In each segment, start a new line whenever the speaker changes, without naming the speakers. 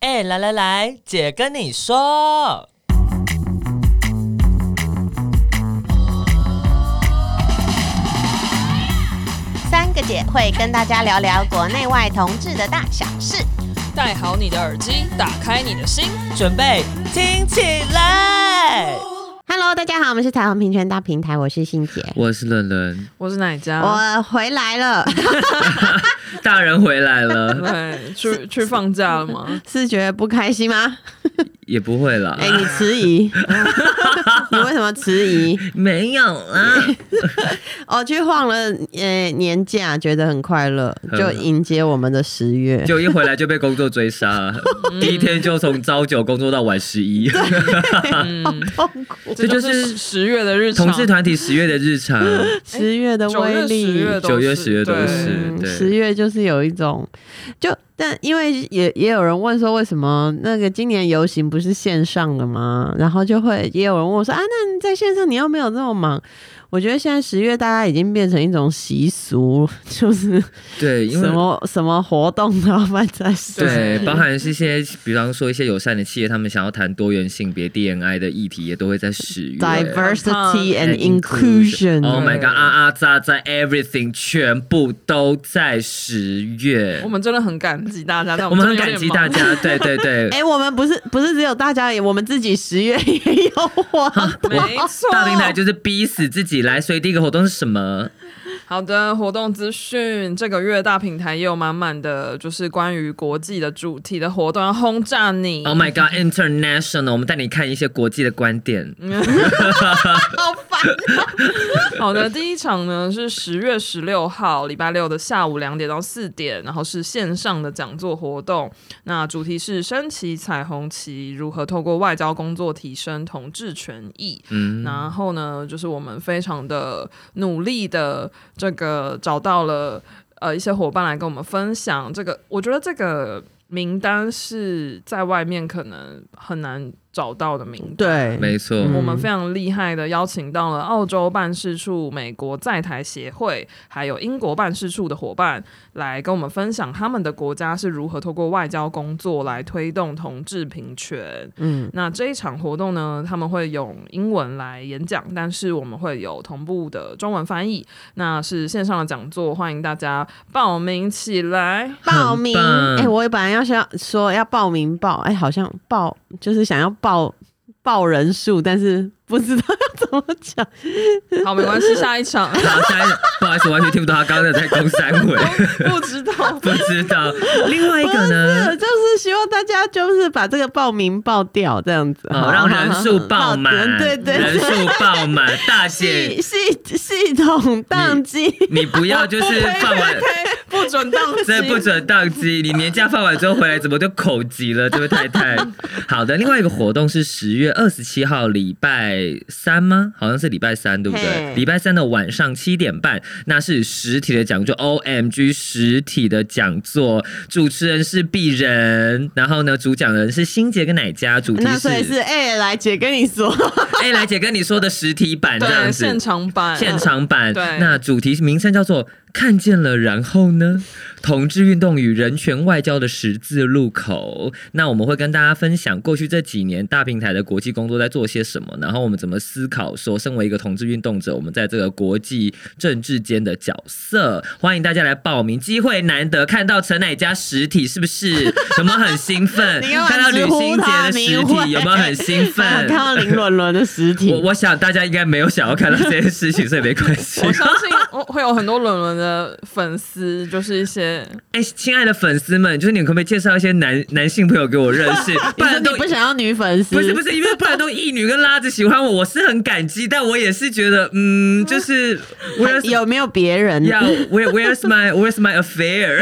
哎、来来来，姐跟你说，
三个姐会跟大家聊聊国内外同志的大小事。
戴好你的耳机，打开你的心。
准备听起来。
Hello，大家好，我们是彩虹平权大平台，我是欣姐，
我是伦伦，
我是奶家，
我回来了，
大人回来 了，
对，去去放假了吗？
是觉得不开心 吗？
也不会啦
哎、，你迟 疑，你为什么迟疑？
没有 啦，
哦，去晃了呃年假，觉得很快乐，就迎接我们的十月。
就一回来就被工作追杀，
嗯
第一天就从朝九工作到晚十 一，
痛苦，
这就是十月的日常，
同志团体十月的日常，
十哎月的
九
威
月、
力，
十月都是、
九月十月都
对
是对
十月就是有一种，就但因为也也有人问说，为什么那个今年游行不是线上的吗？然后就会也有人问我说啊，那你在线上你又没有这么忙？我觉得现在十月大家已经变成一种习俗，就是
对，因为
什。么什么活动都要办在线
对，
对
包含是一些，比方说一些友善的企业，他们想要谈多元性别 DNI 的议题，也都会在十月。
，diversity and
And
inclusion。
Oh my god，啊啊喳喳，everything 全部都在十月
我。们真的很感激大家，但
我们很
真的有
感激
点
大
忙。
家，对对对。
哎、我们不是不是只有大家，我们自己十月也有活动。
没错，
大平台就是逼死自己来，所以第一个活动是什么？
好的活动资讯。这个月大平台也有满满的，就是关于国际的主题的活动，要轰炸你。
Oh my god, international！我们带你看一些国际的观点。
好烦哦、
好的，第一场呢是十月十六号礼拜六的下午两点到四点，然后是线上的讲座活动。那主题是升旗彩虹旗如何透过外交工作提升同志权益。
嗯，
然后呢，就是我们非常的努力的这个找到了呃一些伙伴来跟我们分享这个，我觉得这个名单是在外面可能很难找到的名单。
对，
没错，
我们非常厉害的邀请到了澳洲办事处、美国在台协会，还有英国办事处的伙伴来跟我们分享他们的国家是如何透过外交工作来推动同志平权。
嗯，
那这一场活动呢，他们会用英文来演讲，但是我们会有同步的中文翻译。那是线上的讲座，欢迎大家报名起来。
报名，
很棒
哎、我本来要想说要报名报，哎、好像报就是想要报报人数，但是不知道要怎么讲。
好，没关 系，下一场
好，下一不好意思，我完全听不懂他刚刚在公三尾，
不知道。
不知道。 另外一个
是，
呢？
就是希望大家就是把这个报名报掉，这样子，
哦，让人数爆满，
对对
人
对，
数爆满，大
系
姐，
系系统宕机。
你不要就是放完，
不准当 机，
这不准宕机。 你年假放完之后回来，怎么就口急了？这位太太。好的，另外一个活动是十月二十七号礼拜三吗？好像是礼拜三，对不
嘿
对？礼拜三的晚上七点半，那是实体的讲座，O M G 实体的讲座，主持人是鄙人，然后呢，主讲人是欣杰跟奶家，主题
那
是
所以是哎、来姐跟你说，
哎，来姐跟你说的实体 版这样
对，
子
现。场版，
现场版。
对
那主题名称叫做“看见了，然后呢？同志运动与人权外交的十字路口”。那我们会跟大家分享过去这几年大平台的国际工作在做些什么，然后我们怎么思考说，身为一个同志运动者，我们在这个国际政治间的角色。欢迎大家来报名，机会难得，看到陈乃佳实体是不是？有没有很兴奋？
你干嘛
看到
直
吕
呼
新杰
他
的实
名讳
体有没有很兴
看
奋？
到林伦伦的实体，
我我想大家应该没有想要看到这件事情，所以没关 系。
我相信我会有很多伦伦的粉丝，就是一些
哎，亲爱的粉丝们，就是你们可不可以介绍一些男男性朋友给我认识？不
你说
然
你
都
不想要女粉丝，
不是不是，因为不然都异女跟拉子喜欢我，我是很感激，但我也是觉得， 嗯，就是 where's
有没有别人？
要 where where's my where's my affair？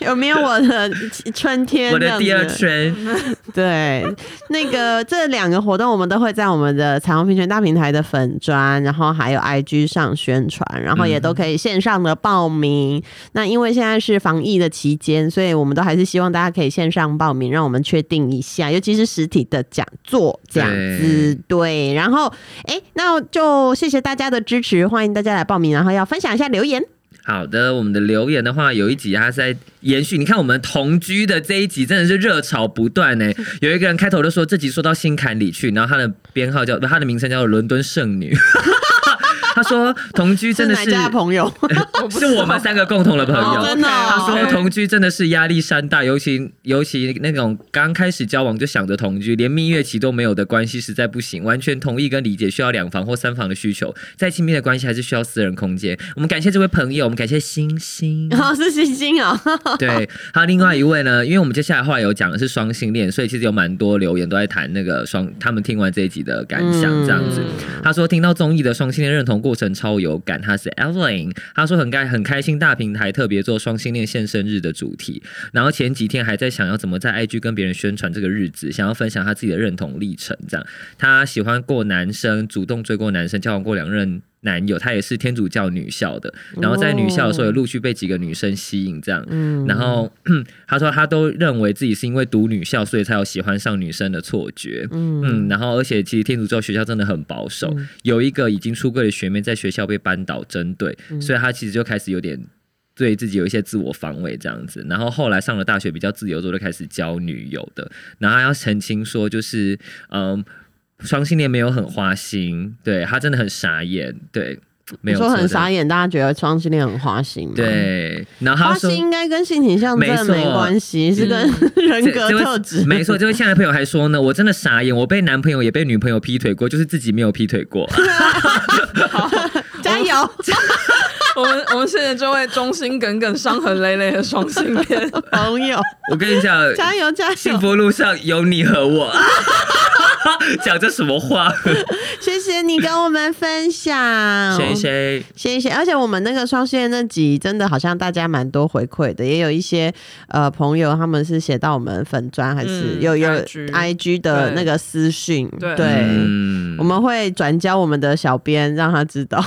有没有我的 春天？
我的第二
春。
圈，
对，那个这两个活动我们都会在我们的彩虹平权大平台的粉砖，然后还有 IG 上宣传，然后也都可以线上的报名。那因为现在是防疫的期间，所以我们都还是希望大家可以线上报名，让我们确定一下，尤其是实体的讲座这样子。对，然后哎，诶那就谢谢大家的支持，欢迎大家来报名，然后要分享一下留言。
好的，我们的留言的话，有一集它是在延续。你看我们同居的这一集真的是热潮不断呢、欸有一个人开头就说这集说到心坎里去，然后他的编号叫他的名称叫做伦敦剩女。 他说同居 真的
哪
是
家的朋友？
是我们三个共同的朋
哦
友
真。的
他
哦
说同居真的是压力山大，尤其尤其那种刚开始交往就想着同居，连蜜月期都没有的关系实在不行。完全同意跟理解需要两房或三房的需求，再亲密的关系还是需要私人空间。我们感谢这位朋友，我们感谢星星。
然后是星星哦，
对，还有另外一位呢，因为我们接下来后来有讲的是双性恋，所以其实有蛮多留言都在谈那个双，他们听完这一集的感想这样子。
嗯
他说听到综艺的双性恋认同过程超有感，他是 Evelyn，他说很开很开心大平台特别做双性恋现身日的主题，然后前几天还在想要怎么在 IG 跟别人宣传这个日子，想要分享他自己的认同历程这样。他喜欢过男生，主动追过男生，交往过两任。男友，他也是天主教女校的，然后在女校的时候也陆续被几个女生吸引，这样，
嗯
然后 他说他都认为自己是因为读女校，所以才有喜欢上女生的错觉。嗯然后而且其实天主教学校真的很保守，
嗯
有一个已经出柜的学妹在学校被班导针对，
嗯
所以她其实就开始有点。对自己有一些自我防卫这样子，然后后来上了大学比较自由之后，就开始交女友的。然后她要澄清说，就是嗯，双性恋没有很花心，对他真的很傻眼，对，没
你
有
说
错
很
的
傻眼，大家觉得双性恋很花心吗？，
对。然后
花
他说
心应该跟性倾向真的
没
没
错嗯
关系，是跟 人
这
格
这位
特质。
没错，这位亲爱的朋友还说呢，我真的傻眼，我被男朋友也被女朋友劈腿过，就是自己没有劈腿过。
加油！
我们我们现在这位忠心耿耿、伤痕累累的双性恋，
朋友，
我跟你 讲，
加油加
幸
油！
福路上有你和我。 讲这什么话？
谢谢你跟我们 分享，
谁谁？
谢谢。而且我们那个双性恋那集，真的好像大家蛮多回馈的，也有一些呃朋友他们是写到我们粉砖，还是、
嗯
有有
IG
IG 的那个私讯，
对
嗯
我们会转交我们的小编，让他知道。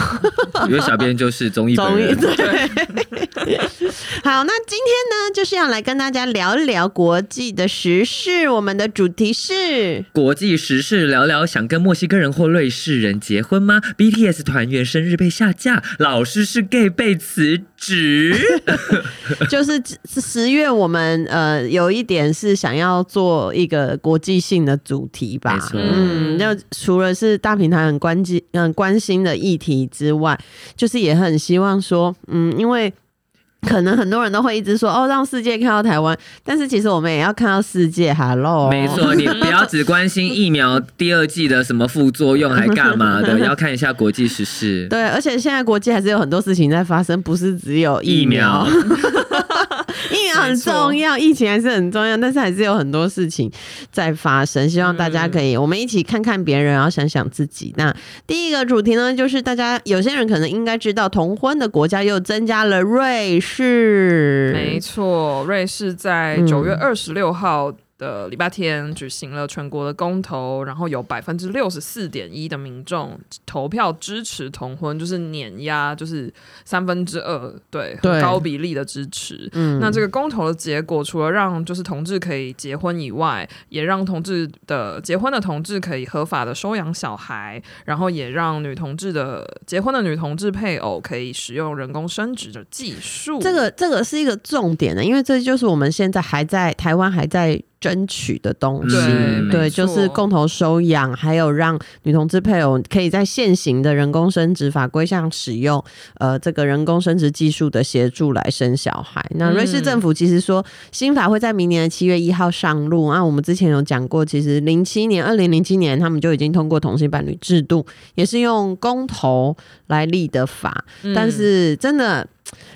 因为小编就是综艺本
终于
人。
对。 好，那今天呢，就是要来跟大家聊一聊国际的时事。我们的主 题是
国际时事聊聊，想跟墨西哥人或瑞士人结婚吗？BTS 团员生日被下架，老师是 gay 被辞职。
就是十月，我们呃有一点是想要做一个国际性的主题吧
没。错
嗯，就除了是大平台很关心很关心的议题之外，就是也很希望说，嗯，因为。可能很多人都会一直说哦，让世界看到台湾，但是其实我们也要看到世界。Hello，
没错，你不要只关心疫苗第二季的什么副作用，还干嘛 的，要看一下国际时事。
对，而且现在国际还是有很多事情在发生，不是只有疫
疫苗
苗，， 疫苗很重要，疫情还是很重要，但是还是有很多事情在发生。希望大家
嗯
可以，我们一起看看别人，然后想想自己。那第一个主题呢，就是大家有些人可能应该知道，同婚的国家又增加了瑞士，
没
嗯
错，瑞士在
嗯
九月二十六号。的礼拜天举行了全国的公投，然后有百分之六十四点一的民众投票支持同婚，就是碾压，就是三分之二，对，很
对
高比例的支持。
嗯
那这个公投的结果，除了让就是同志可以结婚以外，也让同志的结婚的同志可以合法的收养小孩，然后也让女同志的结婚的女同志配偶可以使用人工生殖的技术。
这个这个是一个重点的，因为这就是我们现在还在台湾还在争取的东西。
嗯
对，
没
就
错
是共同收养，还有让女同志配偶可以在现行的人工生殖法规上使用呃这个人工生殖技术的协助来生小孩。那
嗯
瑞士政府其实说，新法会在明年的七月一号上路。啊那、我们之前有讲过，其实零七年二零零七年他们就已经通过同性伴侣制度，也是用公投来立的法，
嗯
但是真的。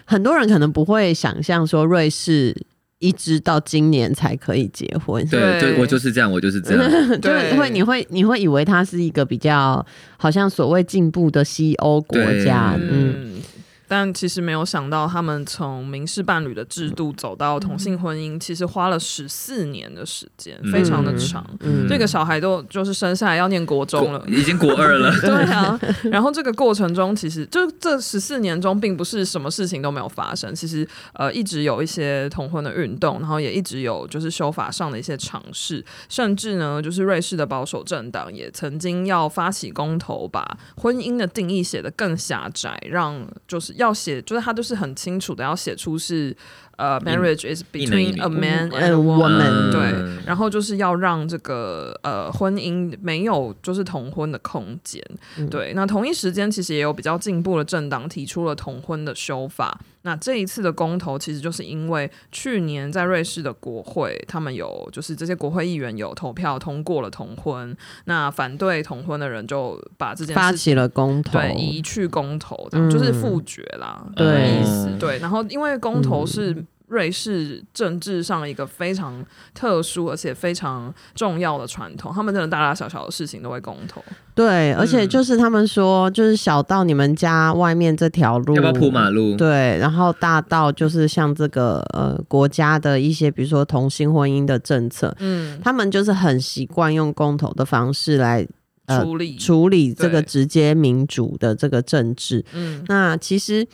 很多人可能不会想象说瑞士一直到今年才可以结婚，
对，
对
就我就是这样，我就是这样。
就是会
对
你会你会以为它是一个比较好像所谓进步的西欧国家，
对
嗯，
嗯。但其实没有想到，他们从民事伴侣的制度走到同性婚
嗯
姻，其实花了十四年的时间，非常的长。
嗯
这个小孩都就是生下来要念国中
国
了，
已经国二了，
对 啊，然后这个过程中，其实就这十四年中，并不是什么事情都没有发生。其实呃，一直有一些同婚的运动，然后也一直有就是修法上的一些尝试，甚至呢，就是瑞士的保守政党也曾经要发起公投，把婚姻的定义写得更狭窄，让就是要写，就是他就是很清楚的要写出是呃，marriage is
一男一
between
女
a man and
and
a woman，
嗯
woman
对，然后就是要让这个呃婚姻没有就是同婚的空间，
嗯
对。那同一时间，其实也有比较进步的政党提出了同婚的修法。那这一次的公投，其实就是因为去年在瑞士的国会，他们有就是这些国会议员有投票通过了同婚，那反对同婚的人就把这件
发
事情。
起了公投，
对，移去公投，这样、就是
嗯
复决啦。
对
意思
嗯
对。然后因为公投是瑞士政治上一个非常特殊而且非常重要的传统，他们真的大大小小的事情都会公投。
对，而
嗯
且就是他们说，就是小到你们家外面这条路，
要不要铺马路？
对，然后大到就是像这个呃国家的一些，比如说同性婚姻的政策，
嗯，
他们就是很习惯用公投的方式来呃
处理，
处理这个
对
直接民主的这个政治。
嗯
那其实。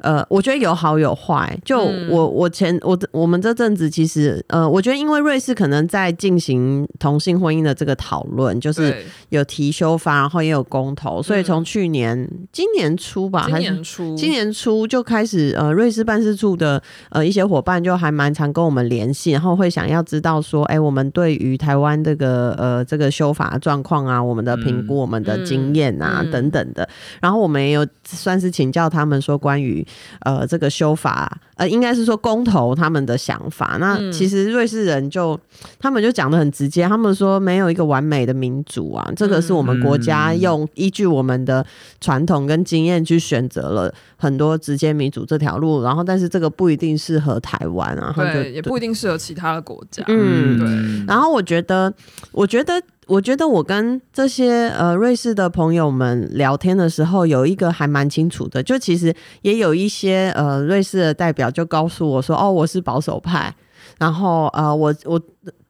呃，我觉得有好有坏。就我、
嗯
我前我我们这阵子其实呃，我觉得因为瑞士可能在进行同性婚姻的这个讨论，就是
对，嗯
有提修法，然后也有公投，所以从去年、今年初吧，
今
啊还是
年初，
今年初就开始，呃，瑞士办事处的呃一些伙伴就还蛮常跟我们联系，然后会想要知道说，哎、我们对于台湾这个呃这个修法状况啊，我们的评估、我们的经验啊、
嗯
等等的，然后我们也有算是请教他们说关于呃这个修法，呃应该是说公投他们的想法。那
嗯
其实瑞士人就他们就讲的很直接，他们说没有一个完美的民主啊，这个是我们国家
嗯
用依据我们的传统跟经验去选择了很多直接民主这条路，然后但是这个不一定适合台湾啊，他们就
对，也不一定适合其他的国家。
嗯
对。
然后我觉得，我觉得，我觉得我跟这些呃瑞士的朋友们聊天的时候，有一个还蛮清楚的，就其实也有一些呃瑞士的代表就告诉我说，哦，我是保守派。然后呃，我我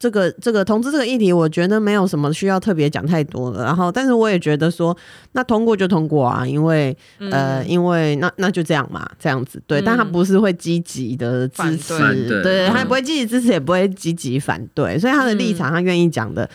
这个这个同志这个议题，我觉得没有什么需要特别讲太多的。然后，但是我也觉得说，那通过就通过啊，因为、呃，
嗯
因为那那就这样嘛，这样子对。但他
嗯
不是会积极的支持，
反
对
对
嗯
他不会积极支持，也不会积极反对，所以他的立场，他愿意讲的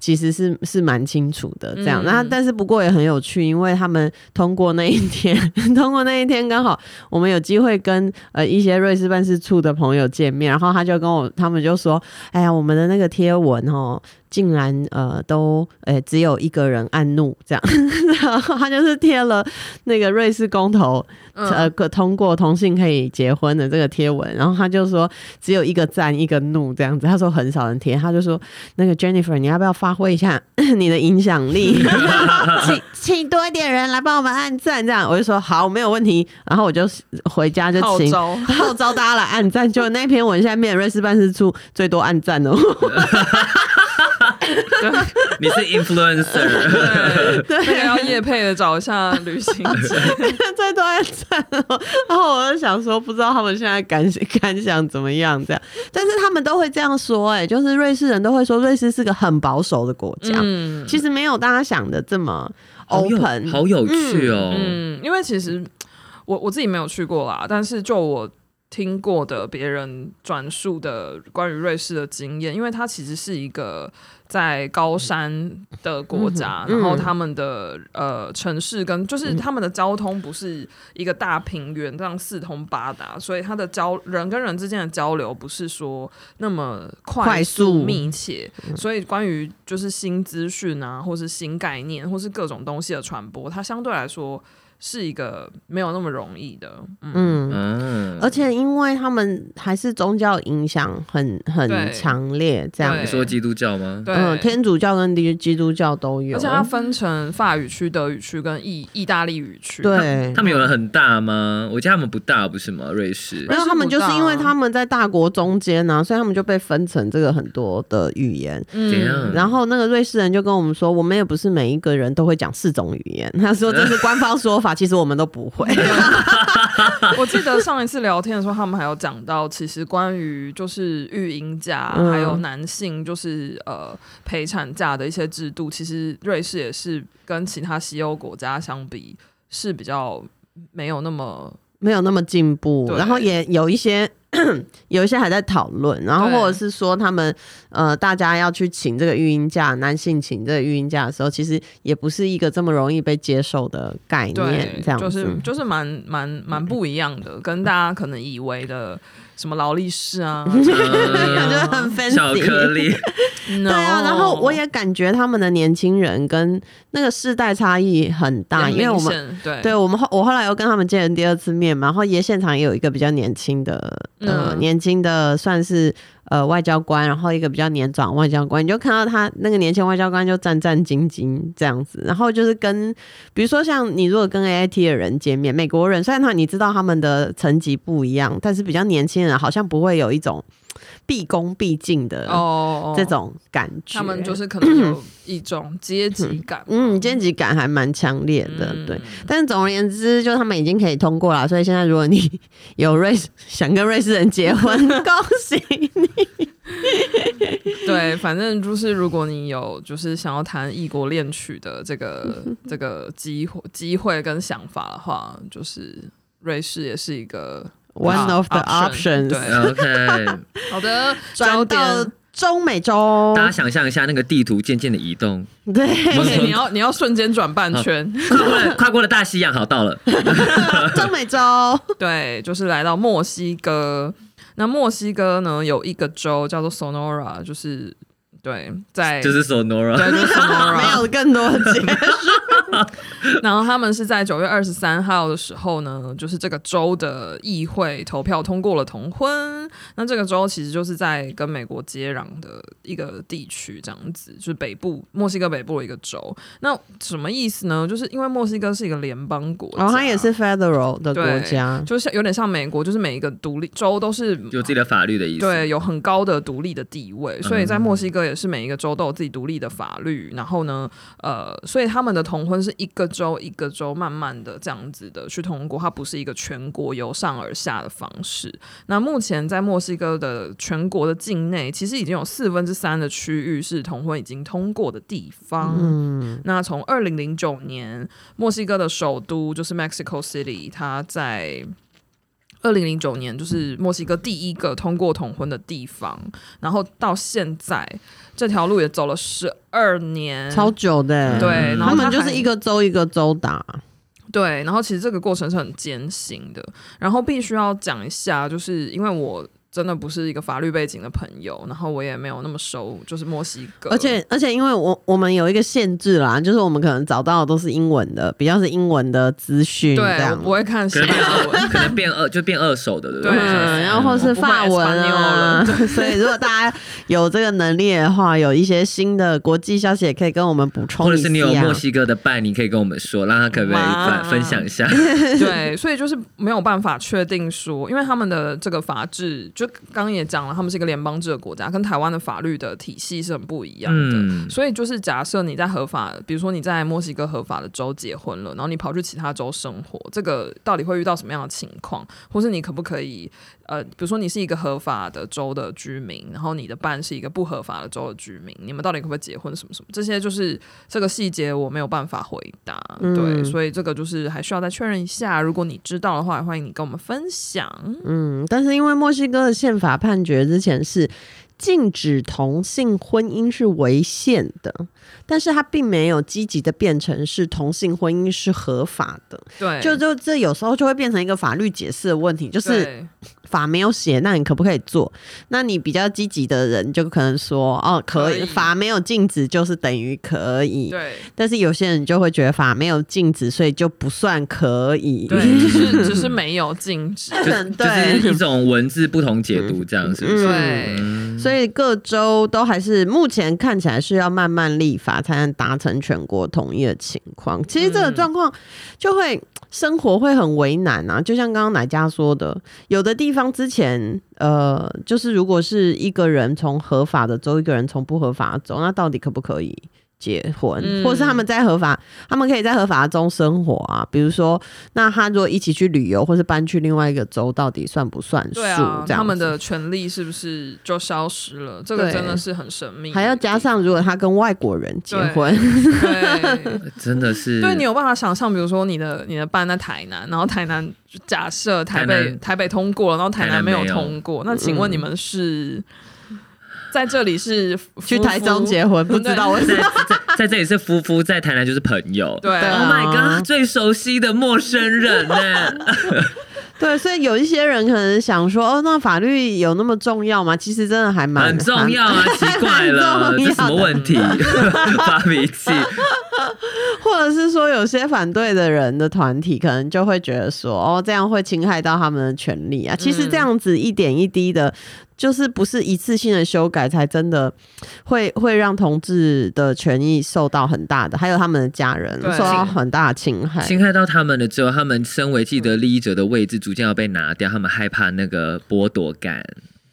其实是是蛮清楚的。这样，
嗯
那但是不过也很有趣，因为他们通过那一天， 通过那一天刚好我们有机会跟呃一些瑞士办事处的朋友见面，然后他就跟我他们就说，哎呀，我们的那个贴文哦。竟然呃都呃只有一个人按怒这样， 然后他就是贴了那个瑞士公投呃，
嗯
可通过同性可以结婚的这个贴文，然后他就说只有一个赞一个怒这样子，他说很少人贴，他就说那个 Jennifer，你要不要发挥一下 你的影响 力，请请多一点人来帮我们按赞这样，我就说好，没有问题，然后我就回家就
号
请
召，
号召大家来按赞，就那篇文下面瑞士办事处最多按赞哦，
你是 influencer，
对，
对
那个要叶配的找一下旅行社，
最多按赞哦。然后我就想说，不知道他们现在感想感想怎么样这样，但是他们都会这样说、哎，就是瑞士人都会说瑞士是个很保守的国家，
嗯
其实没有大家想的这么 open。
好哦有趣哦。
嗯，因为其实我我自己没有去过啦，但是就我听过的别人转述的关于瑞士的经验，因为它其实是一个在高山的国家，
嗯哼
然后
嗯
他们的呃城市跟就是他们的交通不是一个大平原这样四通八达，所以它的交人跟人之间的交流不是说那么快
快速
密切，所以关于就是新资讯啊，或是新概念，或是各种东西的传播，它相对来说是一个没有那么容易的。嗯，
嗯，
嗯，
而且因为他们还是宗教影响很很
对
强烈，这样
对
你说基督教吗？
对，
嗯，天主教跟基基督教都有，
而且它分成法语区、德语区跟意意大利语区。，
对
他。们有人很大吗？我记得他们不大，不是吗？瑞士
没有，他们就是因为
不大
他们在大国中间呢、啊，所以他们就被分成这个很多的语言。
怎样
嗯，
然后那个瑞士人就跟我们说，我们也不是每一个人都会讲四种语言。他说这是官方说法，其实我们都不 会。
我记得上一次聊天的时候，他们还有讲到，其实关于就是育婴假，
嗯
还有男性就是呃陪产假的一些制度，其实瑞士也是跟其他西欧国家相比是比较没有那么
没有那么进步，
对
然后也有一些有一些还在讨论，然后
对
或者是说他们呃，大家要去请这个育婴假，男性请这个育婴假的时候，其实也不是一个这么容易被接受的概念
对，，
这样子。
就是就是蛮蛮蛮不一样的，跟大家可能以为的什么劳力士 啊，
感觉很 fancy，
巧克力，
对
对啊，然后我也感觉他们的年轻人跟那个世代差异很大，因为我们。
们对
对我们后我后来又跟他们见了第二次面嘛，然后也现场也有一个比较年轻的，呃，
嗯
年轻的算是呃外交官，然后一个比较年长外交官，你就看到他那个年轻外交官就战战兢兢这样子，然后就是跟比如说像你如果跟 AIT 的人见面，美国人虽然他你知道他们的层级不一样，但是比较年轻人好像不会有一种毕恭毕敬的
哦
这种感觉。
他们就是 可能有一种阶级感，
嗯，阶级感还蛮强烈的，
嗯
对。但总而言之，就他们已经可以通过了，所以现在如果你 有瑞士想跟瑞士人结 婚，恭喜你。
对，反正就是如果你有就是想要谈异国恋曲的这 个这个机会机会跟想法的话，就是瑞士也是一个
One of the
option，
options，
对，
OK，
好的，焦
转
点。
到中美洲
大，家想象一下那个地图渐渐的移动，
不
对，
行，你要你要瞬间转半圈，
跨过了 跨过了大西洋，好到了，
中 美洲，
啊对，就是来到墨西哥。那墨西哥呢，有一个州叫做 Sonora，就是对，在
就是 Sonora，
对，就是 Sonora，
没有 更多的解释。
然后他们是在九月二十三号的时候呢，就是这个州的议会投票通过了同婚。那这个州其实就是在跟美国接壤的一个地区，这样子，就是北部墨西哥北部的一个州。那什么意思呢？就是因为墨西哥是一个联邦国家，
然后哦它也是 federal 的国家，
就像有点像美国，就是每一个独立州都是
有自己的法律的意思。
对，有很高的独立的地位，所以
嗯
在墨西哥也是每一个州都有自己独立的法律。然后呢，呃，所以他们的同婚是一个州一个州慢慢的这样子的去通过，它不是一个全国由上而下的方式。那目前在墨西哥的全国的境内，其实已经有四分之三的区域是同婚已经通过的地方。嗯，那从二零零九年，墨西哥的首都就是 Mexico City，它在二零零九年就是墨西哥第一个通过同婚的地方，然后到现在这条路也走了十二年，
超久的。
嗯对，然后
他们
它
就是
还
一个州一个州打，
对，然后其实这个过程是很艰辛的，然后必须要讲一下，就是因为我真的不是一个法律背景的朋友，然后我也没有那么熟，就是墨西哥，
而且而且，因为我我们有一个限制啦，就是我们可能找到的都是英文的，比较是英文的资讯
对
嗯这
我
样。
不会看
可
西
能变
班牙文
二，可能变二就变二手的，对不
对
嗯，然后或
我
是
不会
法文啊
Espanol 了，
所以如果大家有这个能力的话，有一些新的国际消息也可以跟我们补充一
或者
下。
是你有墨西哥的伴，你可以跟我们说，让他可不可以
哇
分分享一 下？
对，所以就是没有办法确定说，因为他们的这个法制，就刚刚也讲了，他们是一个联邦制的国家，跟台湾的法律的体系是很不一样的。
嗯
所以就是假设你在合法，比如说你在墨西哥合法的州结婚了，然后你跑去其他州生活，这个到底会遇到什么样的情况？或是你可不可以呃，比如说你是一个合法的州的居民，然后你的伴是一个不合法的州的居民，你们到底可不可以结婚？什么什么？这些就是这个细节我没有办法回答，对，
嗯
所以这个就是还需要再确认一下。如果你知道的话，欢迎你跟我们分享。
嗯，但是因为墨西哥的宪法判决之前是禁止同性婚姻是违宪的，但是它并没有积极的变成是同性婚姻是合法的，
对，
就就这有时候就会变成一个法律解释的问题，就是
对
法没有写，那你可不可以做？那你比较积极的人就可能说，哦，可以，
可以
法没有禁止就是等于可以。
对。
但是有些人就会觉得法没有禁止，所以就不算可以。
对，只是只是没有禁止，
就
对
就是一种文字不同解读这样子。
嗯
对，
所以各州都还是目前看起来是要慢慢立法才能达成全国统一的情况。其实这
嗯
个状况就会、生活会很为难啊，就像刚刚奶家说的，有的地方之前呃，就是如果是一个人从合法的州，一个人从不合法的州，那到底可不可以？结婚，
嗯
或者是他们在合法，他们可以在合法中生活啊。比如说，那他如果一起去旅游，或是搬去另外一个州，到底算不算数？
对啊，
这样
他们
子
的权利是不是就消失了？这个
对
真的是很神秘。
还要加上，如果他跟外国人结婚，
对，
真的是
嗯
嗯
对你有办法想象，比如说你的你的班在台南，然后台南就假设台
台
北
南
台北通过了，然后台
台南
南没有
没有
通过，那请问你们是在这里是夫
去台中
妇
结婚，不 知道为什
在
么。
在在这里是夫妇，在台南就是朋友。
对
对
Oh
啊
my god！最熟悉的陌生人呢？
对，所以有一些人可能想说，哦，那法律有那么重要吗？其实真的还蛮
很重要 啊，奇怪了，
重要
这什么问题？ 发脾气，
或者是说有些反对的人的团体，可能就会觉得说，哦，这样会侵害到他们的权利啊。其
嗯
实这样子一点一滴的，就是不是一次性的修改，才真的会会让同志的权益受到很大的，还有他们的家人
对
受到很大的侵害。
侵害到他们了之后，他们身为既得利益者的位置逐渐要被拿掉，他们害怕那个剥夺感，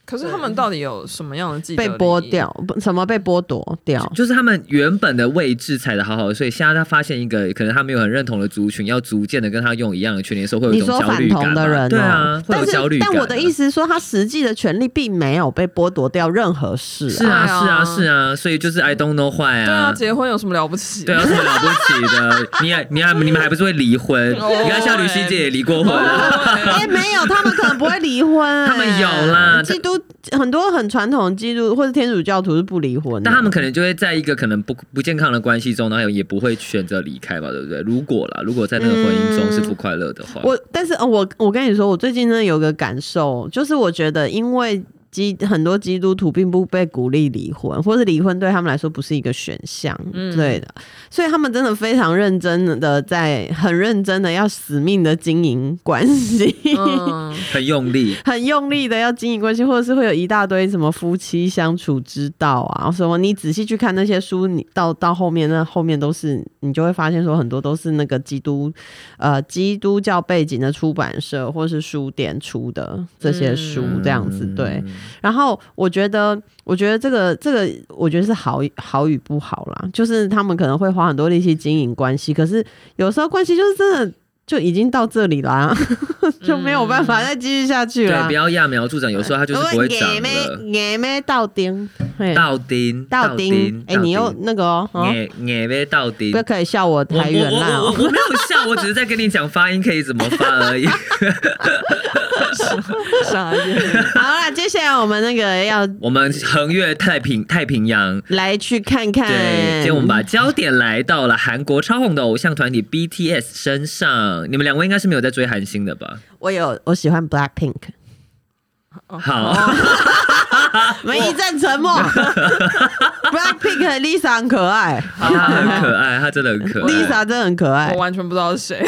可是他们到底有什么样的既得
被
利益
剥？掉，不什么被剥夺掉？
就是他们原本的位置踩的好好的，所以现在他发现一个可能他没有很认同的族群，要逐渐的跟他用一样的权利的时候，会有一
你
种
说
焦
反
虑感
同的
嘛
人、哦，
对啊，会有
但
焦虑
是
感。
但我的意。思是说，他实际的权利并没有被剥夺掉任何事、
是
啊
啊，是啊，是啊，所以就是 I don't know why
对啊，结婚有什么了不起？
对啊，有什么了不起的？你也你还你们还不是会离 婚？
哦
你看像吕希姐也离过婚了，
哎、没有，他们可能不会离婚、哎
他们有啦
基督很多很传统的基督或是天主教徒是不离婚的，
但他们可能就会在一个可能不不健康的关系中，然后也不会选择离开吧，对不对？如果啦，如果在那个婚姻中是不快乐的话，
我，但是、呃我我跟你说，我最近真的有个感受，就是我觉得因为。基很多基督徒并不被鼓励离婚，或是离婚对他们来说不是一个选项
嗯
之类的，所以他们真的非常认真的在很认真的要死命的经营关系。
啊
嗯，
很用力。
很用力的要经营关系，或者是会有一大堆什么夫妻相处之道啊，什么你仔细去看那些书，你到到后面那后面都是你就会发现说很多都是那个基督呃基督教背景的出版社或是书店出的这些书
嗯
这样子、对。然后我觉得，我觉得这个这个，我觉得是好与好与不好啦，就是他们可能会花很多力气经营关系，可是有时候关系就是真的就已经到这里啦、 就没有办法再继续下去
嗯对，啊
了。
不要揠苗助长，有时候它就是不会长
眼眉
的。
眼眉到丁，嘿
倒钉，
到嗯丁，哎、
倒
你又那个哦，哦
眼眼被倒钉
不。可以笑我
我
台
我
原
我
啦、
我
哦。
我没有笑，我只是在跟你讲发音可以怎么发而 已。
傻眼。
好啦，接下来我们那个要
我们横越太平太平洋，
来去看看，
对，今天我们把焦点来到了韩国超红的偶像团体 BTS 身上。你们两位应该是没有在追韩星的吧？
我有我喜欢 Black Pink，
好，
哦
我们一阵 沉默。Black Pink 和 Lisa 很可爱。
他啊很可爱，他真的很可 爱。
Lisa 真的很可爱
我，完全不知道是谁，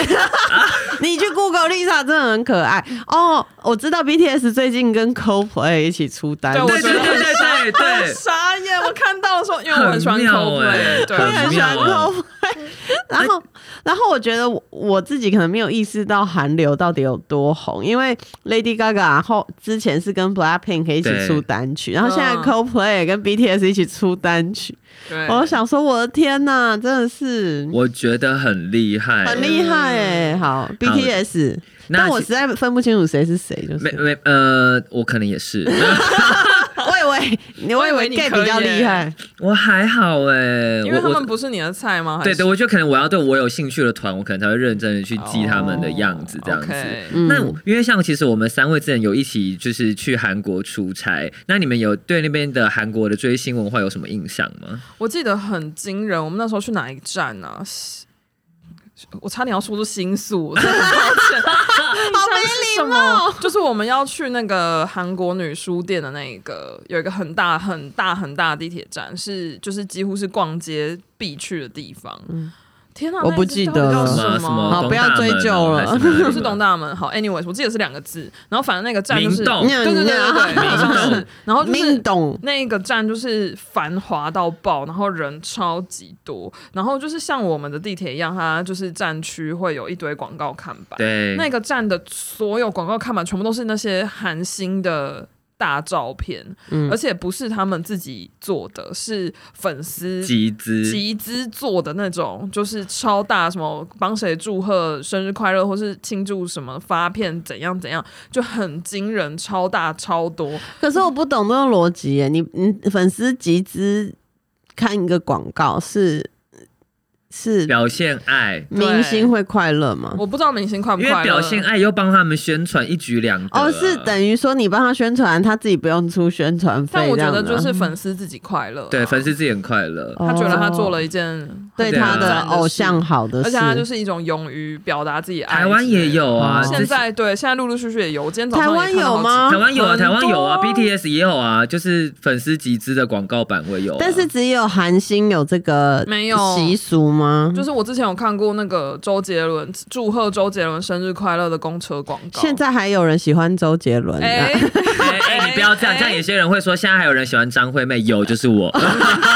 你去 Google Lisa 真的很可爱哦。我知道 BTS 最近跟 Coldplay 一起出单，
对我
对对对对对对，
傻眼！我看到的时候，因为我很喜欢
很妙欸
Coldplay，对，
我也很喜欢
很妙啊
Coldplay。然后，然后我觉得我我自己可能没有意识到韩流到底有多红，因为 Lady Gaga 后之前是跟 Blackpink 一起
对
出单曲，然后现在
嗯
Coldplay 也跟 BTS 一起出单曲，
对
我想说我的天呐，真的是。
我觉得很厉害，
很厉害哎、好，BTS，
那
但我
其
实在分不清楚谁是谁，就是
没没呃，我可能也是，
我以为你，
我
我
以为
以啊为
你
gay
可以
比较厉害，
我还好哎，
因为他
我
们
我。
不是你的菜吗？还
对
是
对，我觉得可能我要对我有兴趣的团，我可能才会认真的去记他们的样子
哦
这样子。
OK
嗯
那我因为像其实我们三位之前有一起就是去韩国出差，那你们有对那边的韩国的追星文化有什么印象吗？
我记得很惊人，我们那时候去哪一站呢、啊？西我差点要说出新宿，真的很抱歉。好没礼 貌。就是我们要去那个韩国女书店的那一个，有一个很大很大很大的地铁站，是就是几乎是逛街必去的地方。天哪、
我
那
不
一
记
到底
得
叫
了
什么
什
什么
好
东
不要
大门
追
哦
究了
还是什么
不 是东大门，好，anyways，我记得是两个字，然后反正那个站就是
明洞
对对对对对，
明
好像
洞
是，然后就是
命懂
那一个站就是繁华到爆，然后人超级多，然后就是像我们的地铁一样，它就是站区会有一堆广告看板。
对，
那个站的所有广告看板全部都是那些韩星的大照片，
嗯
而且不是他们自己做的，是粉丝
集资，
集资做的那种，就是超大什么帮谁祝贺生日快乐，或是庆祝什么发片怎样怎样，就很惊人，超大超多。
嗯
可是我不懂这个逻辑耶，你你粉丝集资看一个广告是是
表现爱，
明星会快乐吗？
我不知道明星快不
因
快乐，
为表现爱又帮他们宣传，一举两得啊。
哦，是等于说你帮他宣传，他自己不用出宣传费，
但我觉得
这样
就
吗
是粉丝自己快乐、啊
对粉。丝自己很快乐。
他觉得他做
哦
了一件，
对
对啊
他的偶像好的
而
事，
且他就是一种勇于表达自己爱之类
台
的。
湾也有啊，
嗯
之
现
前
在对，现在陆陆续续也有。我今天早上
台湾
也看到
有
好几
吗
台？湾有啊，
很
台湾有啊
多啊
，BTS 也有啊，就是粉丝集资的广告版会有啊、
但是只有韩星有这个
没有
习俗吗？
就是我之前有看过那个周杰伦祝贺周杰伦生日快乐的公车广告。
现在还有人喜欢周杰伦、啊，
哎，
哎、哎你不要这样，
哎
这样有些人会说，现在还有人喜欢张惠妹，有就是我。
哎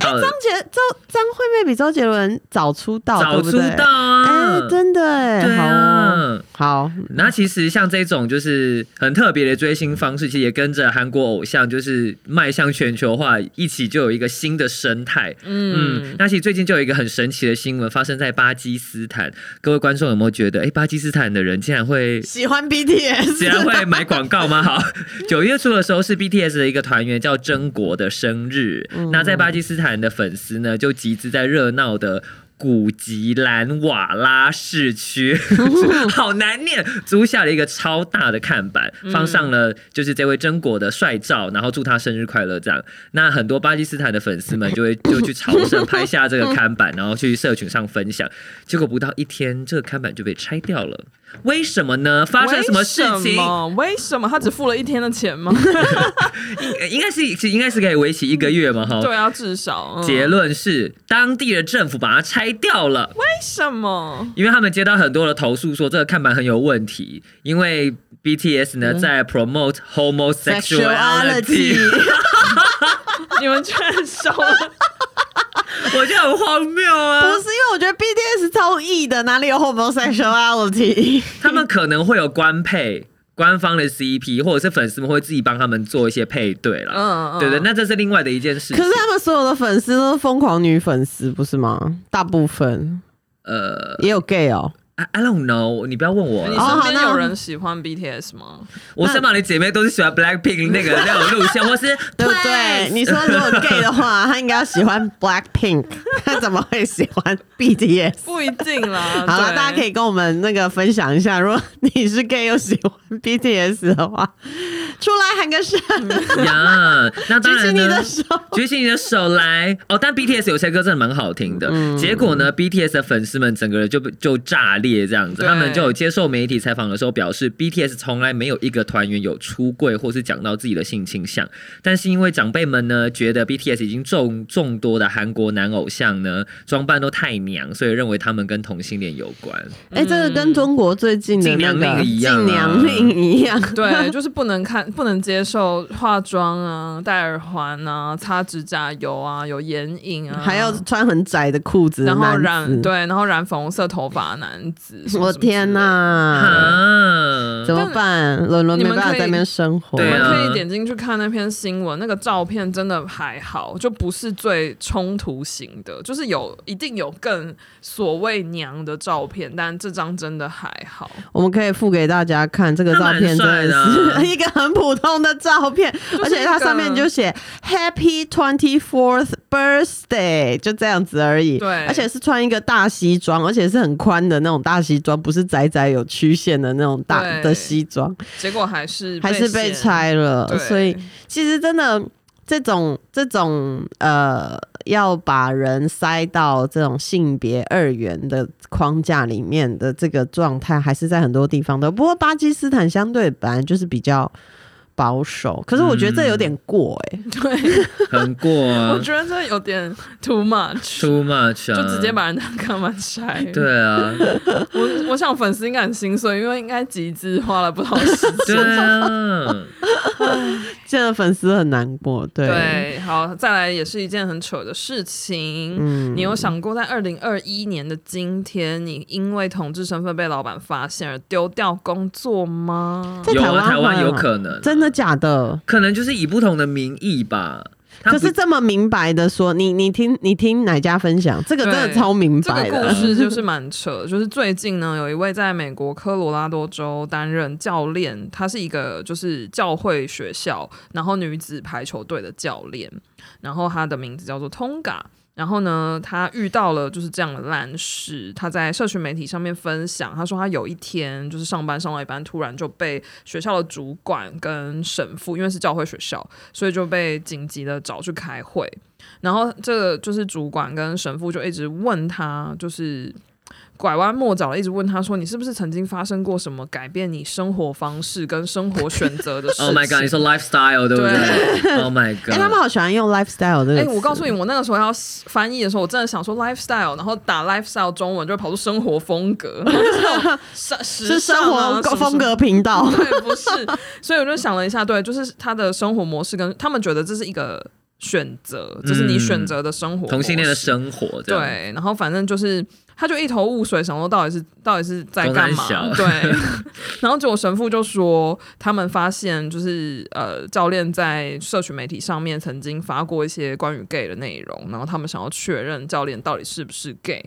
好了，
张杰周张惠妹比周杰伦早出道，
早出
对不对
道啊
哎、，真的哎、
对
好哦、
啊。
好，
那其实像这种就是很特别的追星方式，其实也跟着韩国偶像就是迈向全球化，一起就有一个新的生态。嗯
嗯，，
那其实最近就有一个很神奇的新闻发生在巴基斯坦，各位观众有没有觉得，哎、巴基斯坦的人竟然会
喜欢 BTS，
竟然会 买广告吗？好，九月初的时候是 BTS 的一个团员叫真国的生日，那在巴基斯坦的粉丝呢就集资在热闹的。古吉兰瓦拉市区， 好难念，租下了一个超大的看板，放上了就是这位真国的帅照，然后祝他生日快乐这样。那很多巴基斯坦的粉丝们就会 就去朝圣，拍下这个看板，然后去社群上分享。结果不到一天，这个看板就被拆掉了。为什么呢？发生什么事
为
情
什？么？为什么他只付了一天的钱吗？
呃应该是其实应该是可以为期一个月嘛，哈。
对啊，至少、嗯、
哦结论是当地的政府把它拆掉了，
为什么？
因为他们接到很多的投诉，说这个看板很有问题，因为 BTS
嗯
呢在 promote homosexuality，
你们居然收了？
我觉得很荒谬啊
不。是因为我觉得 BTS 超异的，哪里有 homosexuality？
他们可能会有官配。官方的 CP 或者是粉丝们会自己帮他们做一些配对啦，
嗯嗯
对对，那这是另外的一件事情。
哦可是他们所有的粉丝都是疯狂女粉丝，不是吗？大部分
呃
也有 gay 哦。
，I I don't know，你不要问我了。
你身
好哦那
边有人喜欢 BTS 吗？
我身旁的姐妹都是喜欢 Blackpink 那个那种路线，或是
对不对？你说如果 gay 的话，他应该要喜欢 Black Pink，他怎么会喜欢 BTS？
不一定啦。
哦
好了，
对
大家可以跟我们那个分享一下，如果你是 gay 又喜欢 BTS 的话，出来喊个声，
呀，那当
举起
然
你
呢
的。手。
举起你的手来哦！但 BTS 有些歌真的蛮好听的。
嗯
结果呢，BTS 的粉丝们整个人就被就炸裂这样子，
对
他们就有接受媒体采访的时候表示，BTS 从来没有一个团员有出柜或是讲到自己的性倾向。但是因为长辈们呢觉得 BTS 已经众众多的韩国男偶像呢装扮都太娘，所以认为他们跟同性恋有关。
哎、这个跟中国最近的那个
禁娘令一样啊
禁娘令一样，
对，就是不能看，不能接受化妆啊、戴耳环啊、擦指甲油啊、有眼影
哦
啊，
还有穿很窄的裤子的
然
男
后
子，
染对，然后染粉红色头发的男子。什么
我
什么之
天
类的！
哪！
啊
怎么办？伦伦
你
没
们
办法
可以
在那边生活。
对
我
啊
们可以点进去看那篇新闻，那个照片真的还好，就不是最冲突型的，就是有一定有更所谓娘的照片，但这张真的还好。
我们可以附给大家看这个照片，真
他蛮帅的
的
啊
是 一个很普通的照片，而且
啊
它上面就写 Happy Twenty Fourth Birthday，就这样子而已。
对
而且是穿一个大西装，而且是很宽的那种大西装，不是窄窄有曲线的那种大
对
的西装，
结果还是
还是被
被嫌
拆了
对。
所以其实真的这种这种呃，要把人塞到这种性别二元的框架里面的这个状态，还是在很多地方的。不过巴基斯坦相对本来就是比较。保守，可是我觉得
嗯
这有点过哎、
对，
很过
我
啊
觉得这有点 too much。
，too much 啊，
就直接把人当钢板晒。
对 啊，
我我想粉丝应 该很心碎，因为应该集资花了不少时间。
对啊，
这个粉丝很难过，对。
对，好，再来也是一件很扯的事情。
嗯
你有想过，在二零二一年的今天，你因为同志身份被老板发现而丢掉工作吗？
在
有
台湾
啊，台湾
会
有
吗
可能，
真的假的？
可能就是以不同的名义吧。他
可
不
是这么明白的说，你你听你听哪家分享，这个真的
对
超明
这
白
个故
的。
事 就是蛮扯的，就是最近呢，有一位在美国科罗拉多州担任教练，他是一个就是教会学校，然后女子排球队的教练，然后他的名字叫做 Tonga。然后呢，他遇到了就是这样的烂事。他在社群媒体上面分享，他说他有一天就是上班上到一半，突然就被学校的主管跟神父，因为是教会学校，所以就被紧急的找去开会。然后这个就是主管跟神父就一直问他，就是拐弯抹角的一直问他说：“你是不是曾经发生过什么改变你生活方式跟生活选择的事情？”
Oh my god！你说 lifestyle 对不对？Oh my
哎、他
god！
们好喜欢用 lifestyle 这个
哎、
词。
我告诉你，我那个时候要翻译的时候，我真的想说 lifestyle，然后打 lifestyle 中文就会跑出生活风格， 就是那种时时
是生
尚啊
活
什么
风
什么
格频道。
对，不是。所以我就想了一下，对，就是他的生活模式跟他们觉得这是一个选择，这是你选择的生活模式、
嗯同性恋的生活，这样，
对，然后反正就是他就一头雾水，想说到底是到底是在干嘛
公然小？
对， 然后结果神父就说，他们发现就是呃，教练在社群媒体上面曾经发过一些关于 gay 的内容，然后他们想要确认教练到底是不是 gay。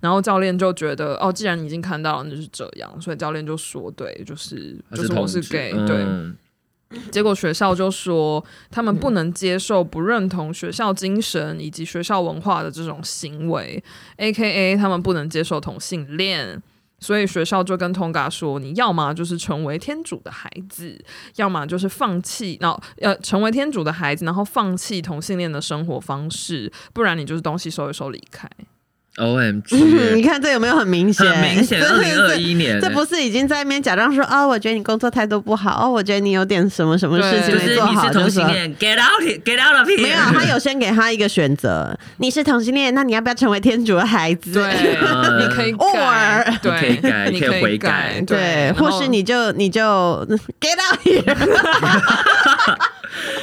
然后教练就觉得，哦，既然你已经看到了，那就是这样。所以教练就说，对，就是
他
就是
哦同
我是
志
gay，、
嗯
对。结果学校就说他们不能接受不认同学校精神以及学校文化的这种行为，A K A 他们不能接受同性恋。所以学校就跟通嘎说，你要么就是成为天主的孩子，要么就是放弃，然后呃成为天主的孩子，然后放弃同性恋的生活方式，不然你就是东西收一收离开。
O M
嗯
G，
你看这有没有很明显？
很明显，
真
二
的是
零二一年，
这不是已经在那边假装说啊、我觉得你工作态度不好，哦，我觉得你有点什么什么事情
就
对
没
是
做
你
好，
是同性
就说
恋，Get out here，Get out of here，
没有，他有先给他一个选择，你是同性恋，那你要不要成为天主的孩子？
对，
嗯
你可以
Or
改，对，
你可以改
你
可以
可以
悔
改
改
对，
然
或
后
是你就你就 get out here，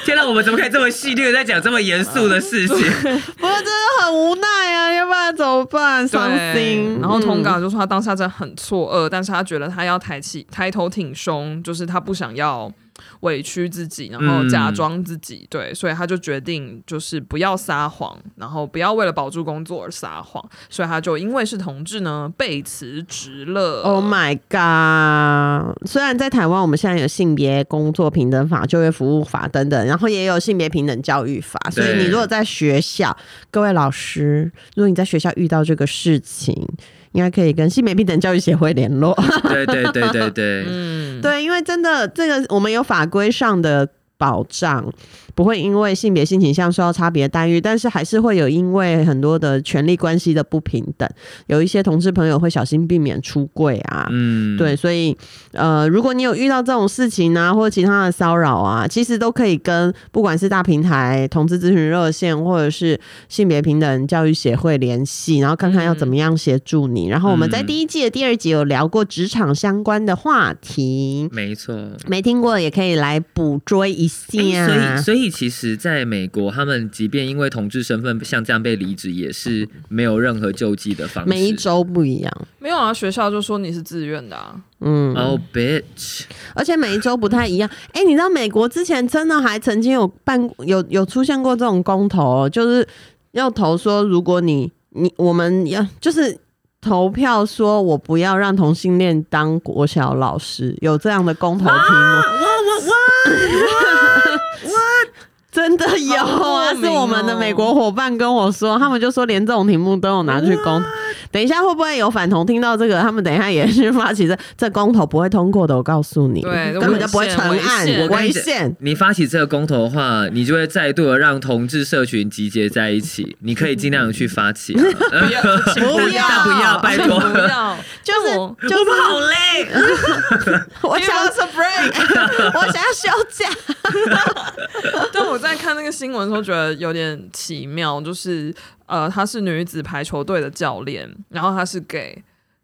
天哪，我们怎么可以这么戏谑，在讲这么严肃的事 情？
不过真的很无奈啊，要不然怎么办？伤心
对。然后通
嗯
港就说他当下真的很错愕，但是他觉得他要抬起抬头挺胸，就是他不想要委屈自己，然后
嗯
假装自己、对，所以他就决定就是不要撒谎，然后不要为了保住工作而撒谎，所以他就因为是同志呢被辞职了。
Oh my god！虽然在台湾，我们现在有性别工作平等法、就业服务法等等，然后也有性别平等教育法，所以
对
你如果在学校，各位老师，如果你在学校遇到这个事情，应该可以跟性别平等教育协会联络。
对对对对对，
嗯，
对，因为真的这个我们有法规上的保障，不会因为性别性倾向受到差别待遇，但是还是会有因为很多的权利关系的不平等，有一些同志朋友会小心避免出柜啊，
嗯，
对，所以呃，如果你有遇到这种事情啊，或者其他的骚扰啊，其实都可以跟不管是大平台、同志咨询热线，或者是性别平等教育协会联系，然后看看要怎么样协助你。然后我们在
嗯
第一季的第二集有聊过职场相关的话题。
没错。
没听过也可以来捕捉
哎
一下，
所以，所以其实，在美国，他们即便因为同志身份像这样被离职，也是没有任何救济的方式。
每一周不一样，
没有啊，学校就说你是自愿的啊，
嗯，
，Oh bitch，
而且每一周不太一样。哎、你知道美国之前真的还曾经有办有有出现过这种公投、哦，就是要投说，如果你你我们要就是投票说我不要让同性恋当国小老师，有这样的公投题目。
啊
哇哇
啊
哇真的有啊！
好莫
是
名哦
我们的美国伙伴跟我说，他们就说连这种题目都有拿去公投。等一下会不会有反同听到这个？他们等一下也是发起这这公投不会通过的，我告诉你，
对
根本就不会成
违
案，
宪
违
违宪
宪。
你发起这个公投的话，你就会再度的让同志社群集结在一起。你可以尽量的去发起、啊，
不要，请
不
不
要
要，
不要，拜托。
不要，
就是
我
就是，
好累，
我想要 break，我想要休假。
但我在看那个新闻的时候，觉得有点奇妙，就是呃，她是女子排球队的教练，然后她是 gay。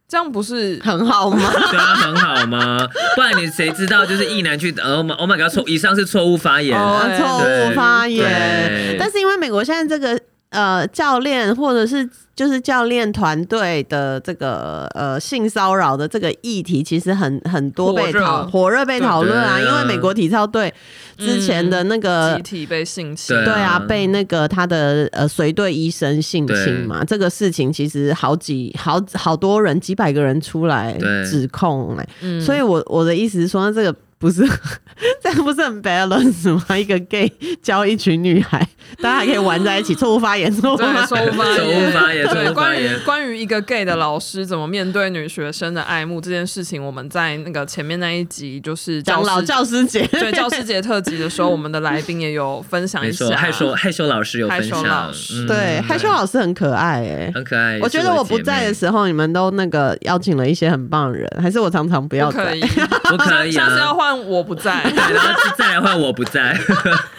这样不是
很好吗？
对啊，很好吗？不然你谁知道就是一男去呃，Oh my Oh my God，错，以上是错误发言。
哦
啊
对
错误发言
对。
但是因为美国现在这个呃教练或者是就是教练团队的这个呃性骚扰的这个议题，其实很很多被
火热
讨火热被讨论啊，
对
因
啊
为美国体操队之前的那个
集。体被性侵？
对
对啊，
啊
被那个他的呃随队医生性侵嘛，这个事情其实好几好好多人几百个人出来
对
指控哎、
嗯
所以我我的意思是说，这个不是 这样不是很 balance 吗？一个 gay 教一群女孩，大家还可以玩在一起，错误发言，错误发
对，
言。
错误发言，
错误发言错
对，
误发
关
言
于关于一个 gay 的老师怎么面对女学生的爱慕这件事情，我们在那个前面那一集就是
长
教
老
师嗯
教师节，
对教师节特辑的时候，我们的来宾也有分享
没
一
错，
下
害羞害羞老师有分
害羞老
享，嗯
师
对害羞老师很可爱哎、
很可爱。
我觉
是
得
我
我不在的
候
时候，你们都那个邀请了一些很棒的人，还是我常常不要
不可
在
以，，
不 可以
下次要
啊，
换我不在，
对然后再来换我不在，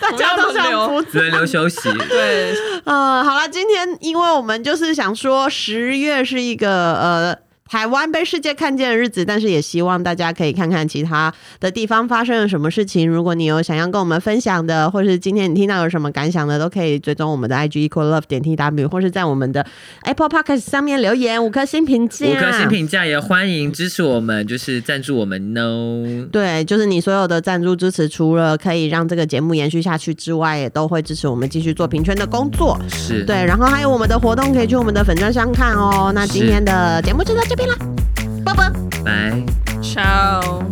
大家都想
我们要
不
轮流休息。
对，
呃，好了，今天因为我们就是想说，十月是一个呃。台湾被世界看见的日子，但是也希望大家可以看看其他的地方发生了什么事情。如果你有想要跟我们分享的，或是今天你听到有什么感想的，都可以追踪我们的 IG equal love 点 tw，或是在我们的 Apple Podcast 上面留言五颗星评价。
五颗星评价也欢迎支持我们，就是赞助我们哦 no。
对，就是你所有的赞助支持，除了可以让这个节目延续下去之外，也都会支持我们继续做评圈的工作。
是，
对，然后还有我们的活动可以去我们的粉专上看哦。那今
是
天的节目就到这边啦，啵啵。
拜。
ciao。